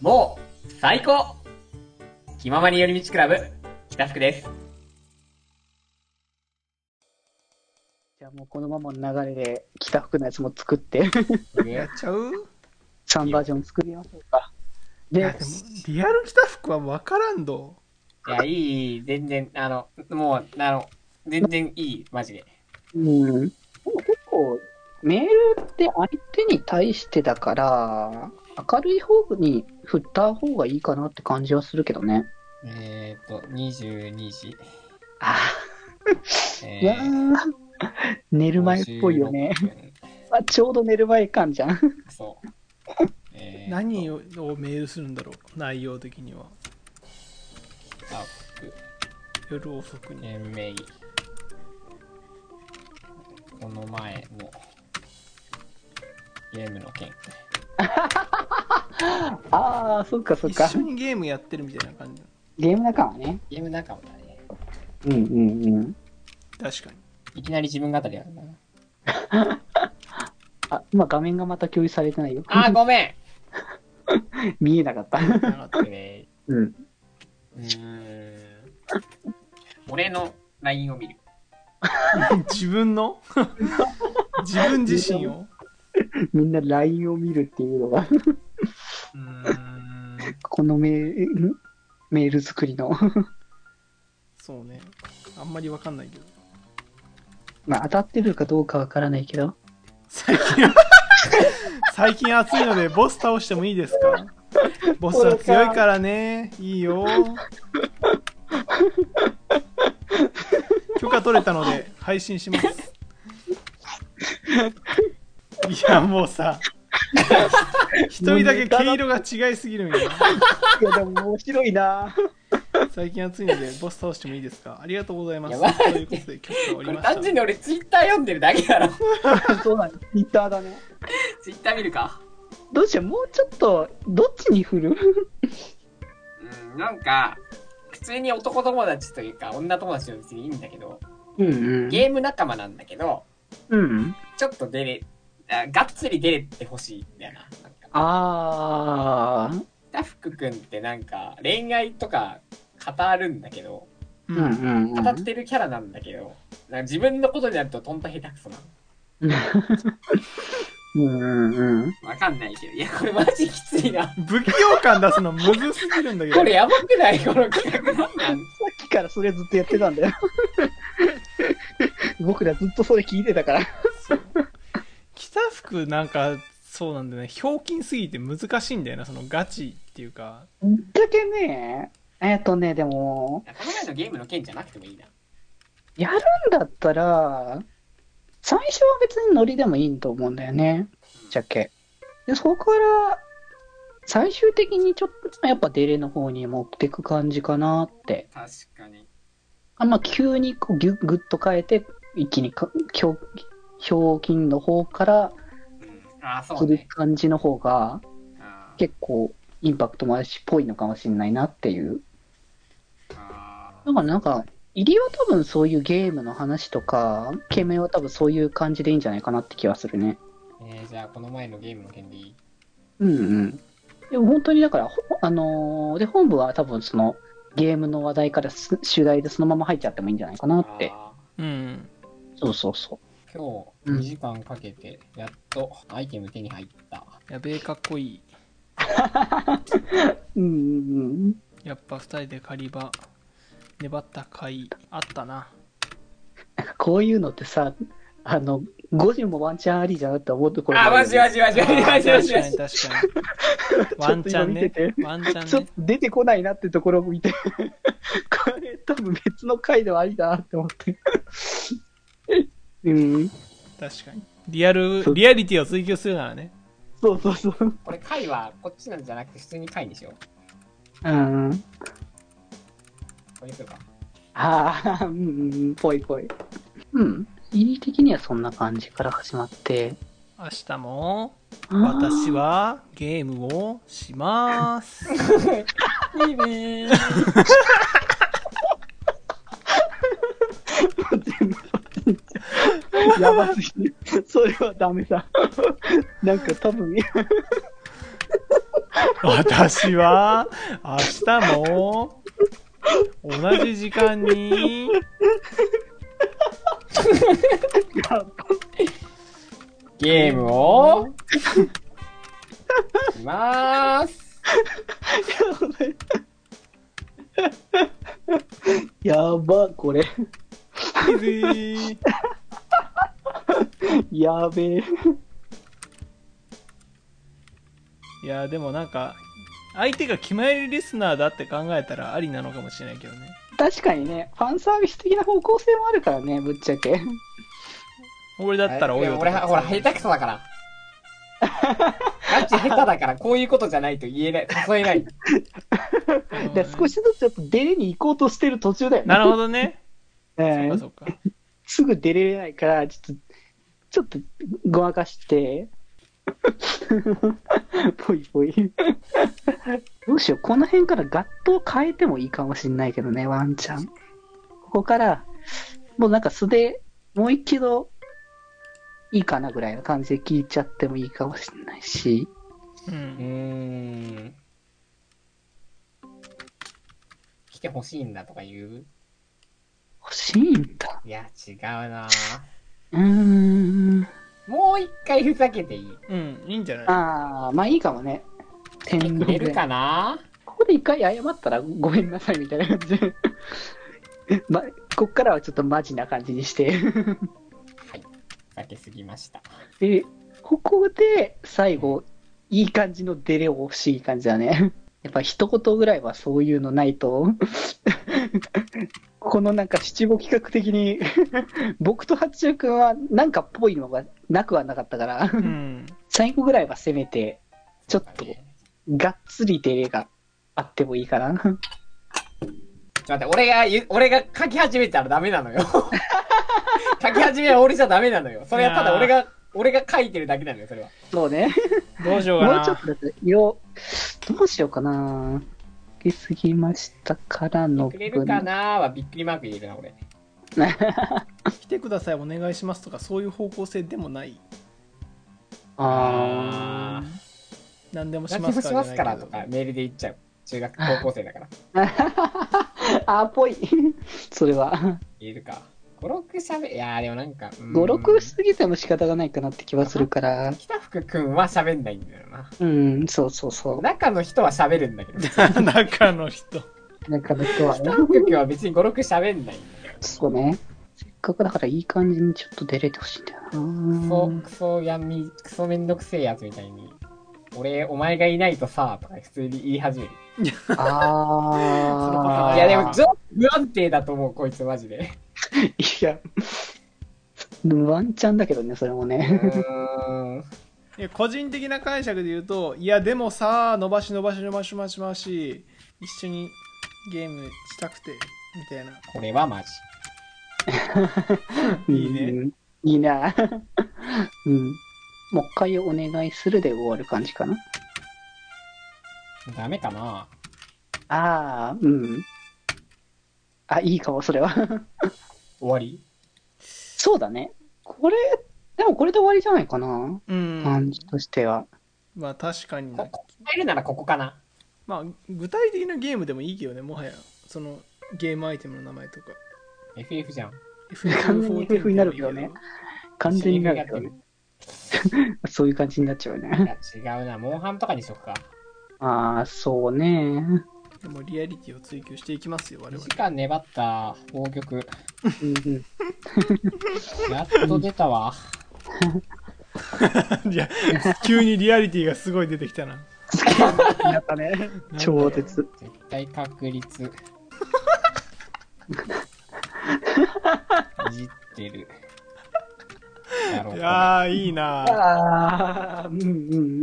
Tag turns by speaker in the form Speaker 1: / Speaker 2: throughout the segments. Speaker 1: もう、最高気ままに寄り道クラブ、北福です。
Speaker 2: じゃあもうこのままの流れで、北福のやつも作 って、
Speaker 3: やっちゃう
Speaker 2: 3バージョン作りましょうか。
Speaker 3: い
Speaker 2: で、
Speaker 3: やでもリアル北福は分からんど
Speaker 1: いや、いい、全然、あの、もう、あの、全然いい、マジで。
Speaker 2: うん。でも結構、メールって相手に対してだから、明るい方に振った方がいいかなって感じはするけどね。
Speaker 1: えーと、22時。
Speaker 2: あ
Speaker 1: え
Speaker 2: ー、いやー、寝る前っぽいよね。。あちょうど寝る前感じゃん。
Speaker 1: 56分そう。 えー
Speaker 3: 何をメールするんだろう内容的には
Speaker 1: あ、
Speaker 3: 夜遅くに
Speaker 1: 年名義。この前の、ゲームの件。
Speaker 2: ああ、そっかそっ
Speaker 3: 一
Speaker 2: か
Speaker 3: 緒。にゲームやってるみたいな感じ
Speaker 2: ゲーム仲間ね。
Speaker 1: ゲーム仲間だね。
Speaker 2: うんうんうん。
Speaker 3: 確かに
Speaker 1: いきなり自分語りやるな。
Speaker 2: あ、今画面がまた共有されてないよ。
Speaker 1: あー、ごめん
Speaker 2: 見えなかった。
Speaker 3: なかった
Speaker 1: ごめん
Speaker 2: うん。
Speaker 1: うーん俺の LINE を見る。
Speaker 3: 自分の自分自身を
Speaker 2: みんな LINE を見るっていうのが、
Speaker 1: うーん。
Speaker 2: このメール、メール作りの。
Speaker 3: そうねあんまり分かんないけど
Speaker 2: まあ当たってるかどうかわからないけど。
Speaker 3: 最近 最近暑いのでボス倒してもいいですかボスは強いからねいいよ許可取れたので配信しますいやもうさ一人だけ毛色が違いすぎるんよ
Speaker 2: いやでも面白いな
Speaker 3: 最近暑いのでボス倒してもいいですかありがとうございま
Speaker 1: やばい
Speaker 3: すということで許可終
Speaker 1: こ
Speaker 3: わ
Speaker 1: れ
Speaker 3: りま
Speaker 1: 単
Speaker 3: し
Speaker 1: 純
Speaker 3: た
Speaker 1: に俺ツイッター読んでるだけだろ。
Speaker 2: そうなんです。Twitter だね。
Speaker 1: ツイッター見るか。
Speaker 2: どうしよう、もうちょっと、どっちに振る
Speaker 1: うん、なんか、普通に男友達というか女友達は別にいいんだけど、
Speaker 2: うんうん
Speaker 1: ゲーム仲間なんだけど、
Speaker 2: うん。
Speaker 1: ちょっと出れ、あがっつり出れてほしいんだよな。なんか
Speaker 2: あー。
Speaker 1: ダフク君ってなんか恋愛とか語るんだけど、
Speaker 3: う
Speaker 2: うん
Speaker 3: ん
Speaker 2: うん、う
Speaker 1: 語っ
Speaker 2: ん。
Speaker 1: てるキャラなんだけど、なんか自分のことになるととんだ下手くそなの。
Speaker 2: うんうんうん。
Speaker 1: わかんないけど、いや、これマジきついな。
Speaker 3: 不器用感出すのむずすぎるんだけど
Speaker 1: これやばく ないこの企画なんなん
Speaker 2: さっきからそれずっとやってたんだ よ。僕らずっとそれ聞いてたから。
Speaker 3: そう北福なんかそうなんだよねひょうきんすぎて難しいんだよなそのガチっていうか
Speaker 2: ぶっちゃけね、えっとね、でも、
Speaker 1: この前のゲームの件じゃなくてもいいな。
Speaker 2: やるんだったら、最初は別にノリでもいいと思うんだよね。ぶっちゃけ。で、そこから、最終的にちょっとやっぱデレの方に持ってく感じかなって。
Speaker 1: 確かに。
Speaker 2: あんま急にこうギュッグッと変えて、一気にかひょひょうきんの方から
Speaker 1: うん、ああ、そ
Speaker 2: す
Speaker 1: う
Speaker 2: る
Speaker 1: ね。
Speaker 2: 感じの方が、
Speaker 1: あー
Speaker 2: 結構インパクトもあるし、ぽいのかもしれないなっていう。
Speaker 1: あ
Speaker 2: だからなんか、入りは多分そういうゲームの話とか、懸命は多分そういう感じでいいんじゃないかなって気はするね。
Speaker 1: ーえー、じゃあこの前のゲームの件でいい
Speaker 2: うんうん。でも本当にだから、ほあのーで、本部は多分その、ゲームの話題からす主題でそのまま入っちゃってもいいんじゃないかなって。
Speaker 1: あ
Speaker 3: うん
Speaker 2: そうそうそ
Speaker 1: ー今日
Speaker 2: うん。
Speaker 1: 2時間かけてやっとアイテム手に入った。
Speaker 3: やべえかっこいい
Speaker 2: う
Speaker 3: う
Speaker 2: んうん
Speaker 3: やっぱ2人で狩り場粘った甲斐あったな
Speaker 2: うん。こういうのってさ、あの、5時もワンチャンありじゃなって思うところが
Speaker 1: あー、
Speaker 2: あ
Speaker 1: マ
Speaker 2: る
Speaker 1: ジ
Speaker 2: よね
Speaker 1: マジマジマジ
Speaker 3: あ
Speaker 1: マジマジマジ
Speaker 3: ー確かに確かに ワンチャンね
Speaker 2: ちょっと今見て
Speaker 3: ワンチ
Speaker 2: ち
Speaker 3: ャ
Speaker 2: ょ
Speaker 3: ン
Speaker 2: っ
Speaker 3: ね
Speaker 2: と出てこないなってところを見て、これ多分別の回ではありだなって思って。うん、
Speaker 3: 確かにリアルリアリティを追求するならね
Speaker 2: そうそうそう。
Speaker 1: これ回はこっちなんじゃなくて普通に回にしよう。
Speaker 2: うん、
Speaker 1: これにするか。
Speaker 2: ああ、うんうんうん、ぽいぽい。うん、入り的にはそんな感じから始まって。
Speaker 3: 明日も
Speaker 2: あー
Speaker 3: 私はゲームをします
Speaker 1: いいねー。
Speaker 2: 全部やばすぎる。それはダメだ。なんか多分、
Speaker 3: 私は明日も同じ時間に
Speaker 1: ゲーム をします。
Speaker 2: やば、これ。
Speaker 3: イズイ
Speaker 2: やべえ。
Speaker 3: いやでもなんか相手が気まよりリスナーだって考えたらありなのかもしれないけどね
Speaker 2: 確かにね、ファンサービス的な方向性もあるからね、ぶっちゃけ。
Speaker 3: 俺だったらお
Speaker 1: い
Speaker 3: い
Speaker 1: や
Speaker 3: よ
Speaker 1: 俺は、ほら、下手くそだから。ガチ下手だから、こういうことじゃないと言えない、誘えない。
Speaker 2: で少しずつちょっと出れに行こうとしてる途中だよね。
Speaker 3: なるほどねそ
Speaker 2: ええ
Speaker 3: っかそっか
Speaker 2: すぐ出れないから、ちょっと、ちょっとごまかして、 ぽいぽい。どうしよう、この辺からガットを変えてもいいかもしんないけどね、ワンちゃん。ここから、もうなんか素で、もう一度、いいかなぐらいの感じで聞いちゃってもいいかもしんないし。
Speaker 3: う
Speaker 1: うんーん。来てほしいんだとか言う
Speaker 2: 欲しいんだ。
Speaker 1: いや、違うな
Speaker 2: うーん。
Speaker 1: もう一回ふざけていい
Speaker 3: うんいいんじゃない
Speaker 2: ああ、まあいいかもね。天
Speaker 1: 来てく
Speaker 2: 国
Speaker 1: れるかな
Speaker 2: ここで一回謝ったらごめんなさいみたいな感じで、ま、こっからはちょっとマジな感じにして
Speaker 1: ふざけすぎました。
Speaker 2: でここで最後いい感じの出れを欲しい感じだねやっぱ一言ぐらいはそういうのないとこのなんか七五企画的に 僕と八中君はなんかっぽいのがなくはなかったから
Speaker 3: うん
Speaker 2: 最後ぐらいはせめてちょっ
Speaker 1: そ
Speaker 2: と
Speaker 1: うだね
Speaker 2: がっつり出れがあってもいいかな
Speaker 1: ちょっと待って、俺が言う、俺が書き始めたらダメなのよ。書き始めは俺じゃダメなのよ。それはただ俺が、俺が書いてるだけなのよ、それは。
Speaker 2: そうね
Speaker 3: どうしようか
Speaker 2: もうちょ
Speaker 3: な
Speaker 2: っとだと色、どうしようかな。行きすぎましたからの
Speaker 1: くれるかなーはびっくりマーク入れるな、俺。
Speaker 3: 来てくださいお願いしますとかそういう方向性でもない
Speaker 2: あ
Speaker 3: 何でもし
Speaker 1: 何
Speaker 3: ま
Speaker 1: でも
Speaker 3: す
Speaker 1: し
Speaker 3: から
Speaker 1: ま
Speaker 3: じ
Speaker 1: す
Speaker 3: ゃ
Speaker 1: か
Speaker 3: な
Speaker 1: ら
Speaker 3: いけ
Speaker 1: と
Speaker 3: ど
Speaker 1: かメールで言っちゃう。中学、高校生だから。
Speaker 2: ー。あーぽい。 それは。
Speaker 1: 言えるか。5、6喋いやーでもなんか。5
Speaker 2: 5、6過ぎても仕方がないかなって気はするから。
Speaker 1: 北福くんは喋んないんだよな。
Speaker 2: うん、そうそうそう。
Speaker 1: 中の人は喋るんだけど、 北
Speaker 3: 中の人
Speaker 2: なんかの人はね。
Speaker 1: 福くんは別に5、6喋んないんだよ。
Speaker 2: そうね。せっかくだからいい感じにちょっと出れてほしいんだよ
Speaker 1: クソ、
Speaker 2: な。
Speaker 1: クソ闇、クソめんどくせえやつみたいに。俺、お前がいないとさ、とか普通に言い始める。
Speaker 2: あ
Speaker 3: ー
Speaker 2: あ。
Speaker 1: いやでも、ちょっと不安定だと思う、こいつマジで。
Speaker 2: いや、でもワンチャンだけどね、それも
Speaker 1: う
Speaker 2: ね。
Speaker 1: ーん。
Speaker 3: いや個人的な解釈で言うといやでもさ伸ばし伸ばし伸ばし伸ばし伸ばし一緒にゲームしたくてみたいな
Speaker 1: これはマジ。
Speaker 3: いいね
Speaker 2: うん。いいな。 うん。もう一回お願いするで終わる感じかな。
Speaker 1: ダメかな
Speaker 2: ああ、うん。あ、いいかも、それは。
Speaker 1: 終わり
Speaker 2: そうだね。これ、でもこれで終わりじゃないかな。
Speaker 3: うん
Speaker 2: 感じとしては。
Speaker 3: まあ確かにな
Speaker 1: ここ変えるならここかな。
Speaker 3: まあ具体的なゲームでもいいけどねもはやそのゲームアイテムの名前とか
Speaker 1: FF じゃん。
Speaker 2: 完全に FF になるけどね完全になるけどね
Speaker 1: FF
Speaker 2: そういう感じになっちゃうよ
Speaker 1: や
Speaker 2: ね。
Speaker 1: ってるいや違うな、モンハンとかにしよっか。
Speaker 2: ああ、そうね。
Speaker 3: でもリアリティを追求していきますよ我
Speaker 1: 2
Speaker 3: 々
Speaker 1: 時間粘った宝玉。
Speaker 2: うんうん。
Speaker 1: やっと出たわ。
Speaker 3: いや急にリアリティがすごい出てきたな
Speaker 2: やったね。超絶。
Speaker 1: 絶対確率。いじってる。やろう
Speaker 3: い
Speaker 1: か
Speaker 3: やーいいな
Speaker 2: ああ、うんうんう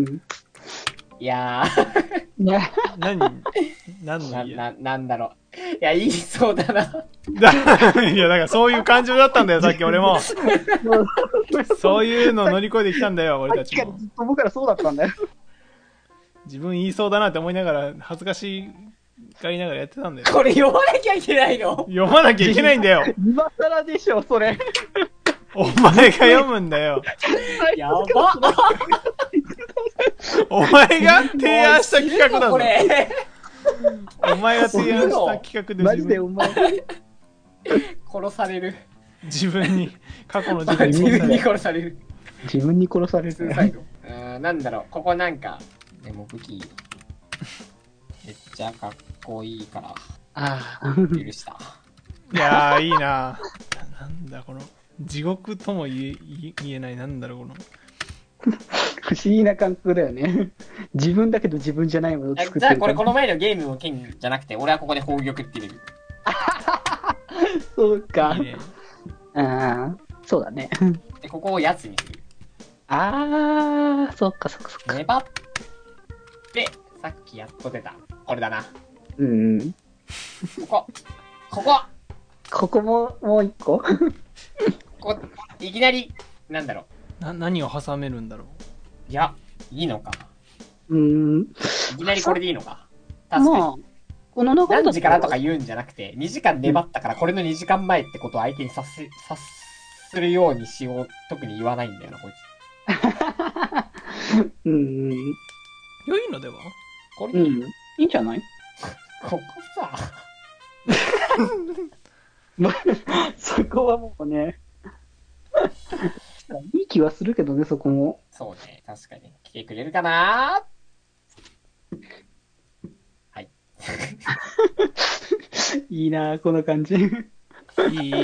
Speaker 2: ん。
Speaker 1: いや
Speaker 2: いや
Speaker 3: 何何
Speaker 1: ー
Speaker 3: の
Speaker 1: な、
Speaker 3: 家
Speaker 1: な、なんだろう。いや、言いそうだな。
Speaker 3: だ いや、だからそういう感情だったんだよ、さっき俺も。 そういうのを乗り越えてきたん だよ、俺
Speaker 2: さったき
Speaker 3: ち
Speaker 2: から
Speaker 3: も
Speaker 2: ず。っと僕らそうだったんだよ。
Speaker 3: 自分言いそうだなって思いながら、恥ずかしがりながらやってたんだよ。
Speaker 1: これ読まなきゃいけないの
Speaker 3: 読まなきゃいけないんだよ。
Speaker 2: 今更でしょ、それ。
Speaker 3: お前が読むんだよ。
Speaker 1: やば
Speaker 3: お前が提案した企画だ
Speaker 1: こ
Speaker 3: ぞ。
Speaker 1: れ、
Speaker 3: お前が提案した企画で
Speaker 2: マ
Speaker 3: 自
Speaker 2: ジで
Speaker 3: 分
Speaker 2: お前。
Speaker 1: 殺される。
Speaker 3: 自分に、過去の自分
Speaker 1: 自
Speaker 3: に
Speaker 1: 分に殺される。
Speaker 2: 自分に殺され
Speaker 1: ツ
Speaker 2: る
Speaker 1: ー。サイド。うーん、なんだろう、ここなんか、でも武器、めっちゃかっこいいから、
Speaker 2: ああ。
Speaker 1: 許した。
Speaker 3: いやー、いいな。なんだ、この、地獄とも言え言え言えない、なんだろう、この。
Speaker 2: 不思議な感覚だよね。自分だけど自分じゃないものを
Speaker 1: え
Speaker 2: 作って
Speaker 1: じ
Speaker 2: る
Speaker 1: ゃ
Speaker 2: か
Speaker 1: あ
Speaker 2: ら。
Speaker 1: これ、この前のゲームの剣じゃなくて、俺はここで宝玉って入れる。
Speaker 2: そうか。
Speaker 3: いいね。
Speaker 2: ああ、そうだね。
Speaker 1: で、ここをやつにする。
Speaker 2: ああ、そっかそっかそっか。
Speaker 1: 粘って、さっきやっと出た。これだな。
Speaker 2: うんうん。
Speaker 1: ここ。ここ
Speaker 2: ここももう一個
Speaker 1: ここいきなり、なんだろう。
Speaker 3: な、何を挟めるんだろ
Speaker 1: いや、いいのか。
Speaker 2: うん。
Speaker 1: いきなりこれでいいのか。確かに。
Speaker 2: まあ、この流れだった
Speaker 1: 何時からとか言うんじゃなくて、2時間粘ったから、これの2時間前ってことを相手にさせ、さするようにしよう。特に言わないんだよな、こいつ。
Speaker 2: うんうん。
Speaker 3: う。良いのでは
Speaker 1: これ、
Speaker 2: うん。いいんじゃない
Speaker 1: ここさ、
Speaker 2: そこはもうね。 いい気はするけどね、そこも。
Speaker 1: そうね、確かに。来てくれるかなはい。
Speaker 2: いいな、この感じ。
Speaker 3: いい、いい。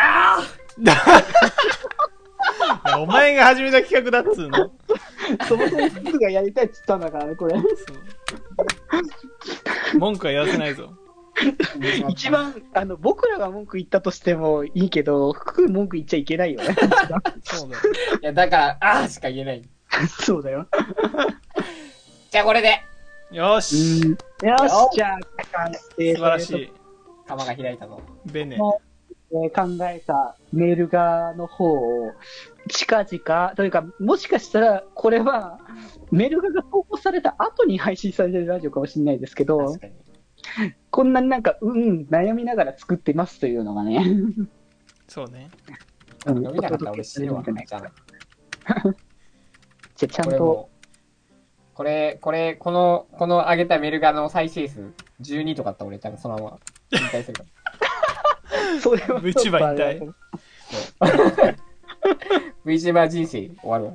Speaker 1: あ
Speaker 3: いやお前が始めた企画だっつうの。
Speaker 2: そもそも僕がやりたいって言ったんだからね、これ。
Speaker 3: そう文句は言わせないぞ。
Speaker 1: あ
Speaker 2: 一番、あの、僕らが文句言ったとしてもいいけど、福君文句言っちゃいけないよね。
Speaker 3: そうだよ。
Speaker 1: いや、だから、ああしか言えない。
Speaker 2: そうだよ。
Speaker 1: じゃあ、これで、
Speaker 3: よ
Speaker 2: う
Speaker 3: し
Speaker 2: ん。
Speaker 3: 素
Speaker 2: よし、じゃあ、完成。
Speaker 3: 晴らしい。
Speaker 1: 釜が開いたぞ。
Speaker 3: ベネ。
Speaker 2: もえー考えたメール側の方を、近々、というか、もしかしたら、これは、メール側が投稿された後に配信されてるラジオかもしれないですけど
Speaker 1: 確、かに。
Speaker 2: こんなになんか、うん、悩みながら作ってますというのがね、
Speaker 3: そうね。
Speaker 2: うん
Speaker 1: 伸びなかったら俺死ぬわ。
Speaker 2: じゃ
Speaker 1: じゃあ
Speaker 2: あちゃん
Speaker 1: これ
Speaker 2: と、
Speaker 1: もうこれ、これ、この、この上げたメルガの再生数12とかだったら俺多分そのまま引退するか
Speaker 2: それは
Speaker 3: うちは 痛い
Speaker 1: ら。VTuber 人生終わるわ。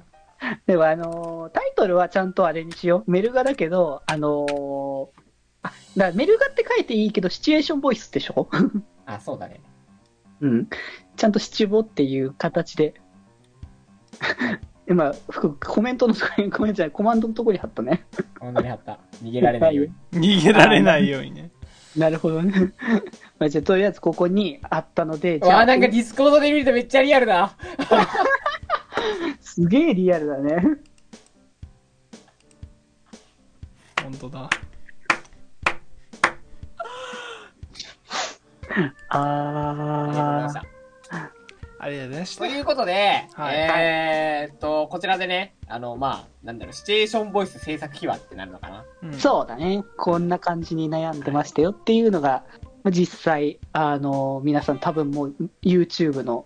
Speaker 2: でも、あのータイトルはちゃんとあれにしよう。メルガだけど、あのーあ、だからメルガって書いていいけど、シチュエーションボイスでしょ
Speaker 1: あ、そうだね。
Speaker 2: うん。ちゃんとシチュボっていう形で。 今、福コメントのところに、コメントじゃない、コマンドのところに貼ったね。
Speaker 1: こんなに貼った。逃げられないように。
Speaker 3: 逃げられないようにね。
Speaker 2: なるほどね。 まあ、じゃあ、とりあえずここにあったので、じゃ
Speaker 1: わ
Speaker 2: あ、
Speaker 1: あ、なんかディスコードで見るとめっちゃリアルだ。
Speaker 2: すげえリアルだね。
Speaker 3: 本当だ。
Speaker 1: ありがとうございま
Speaker 2: あ
Speaker 1: し
Speaker 2: ー
Speaker 1: た。
Speaker 3: ありがとうございまし
Speaker 1: と
Speaker 3: た。
Speaker 1: いうことで、
Speaker 3: はい
Speaker 1: えーっと、こちらでね、あの、まあ、なんだろう、シチュエーションボイス制作秘話ってなるのかな。
Speaker 3: うん
Speaker 2: そうだね。こんな感じに悩んでましたよっていうのが、まあ実際、あの、皆さん多分もう YouTube の、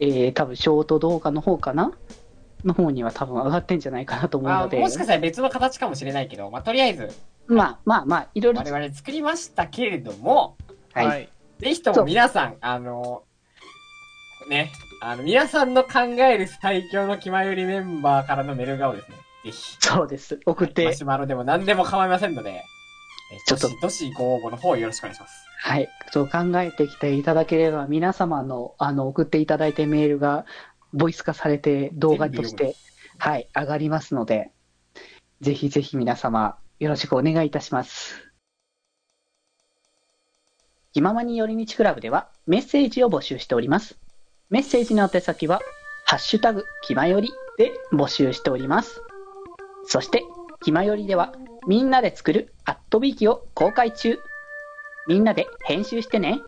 Speaker 2: えー、多分ショート動画の方かなの方には多分上がってんじゃないかなと思う
Speaker 1: まあ、
Speaker 2: ので。
Speaker 1: もしかしたら別の形かもしれないけど、まあ、とりあえず、
Speaker 2: まあまあまあ、いろいろ
Speaker 1: 我々作りましたけれども、
Speaker 2: はい
Speaker 3: はい。
Speaker 1: ぜひとも皆さん、あの、ね、あの、皆さんの考える最強の気まよりメンバーからのメルガをですね、ぜひ、
Speaker 2: そうです。送って、は
Speaker 1: マ
Speaker 2: い
Speaker 1: シ、ュマロでも何でも構いませんので、え
Speaker 2: ちょっと
Speaker 1: どしどしご応募の方よろしくお願いします。
Speaker 2: そう考えてきていただければ、皆様の、あの、送っていただいてメールが、ボイス化されて、動画
Speaker 1: 全
Speaker 2: とし
Speaker 1: 部読
Speaker 2: て、はい、上がりますので、ぜひぜひ皆様、よろしくお願いいたします。気ままに寄り道クラブでは、メッセージを募集しております。メッセージの宛先は、ハッシュタグ、気まよりで募集しております。そして、気まよりでは、みんなで作るアットビーキを公開中。みんなで編集してね。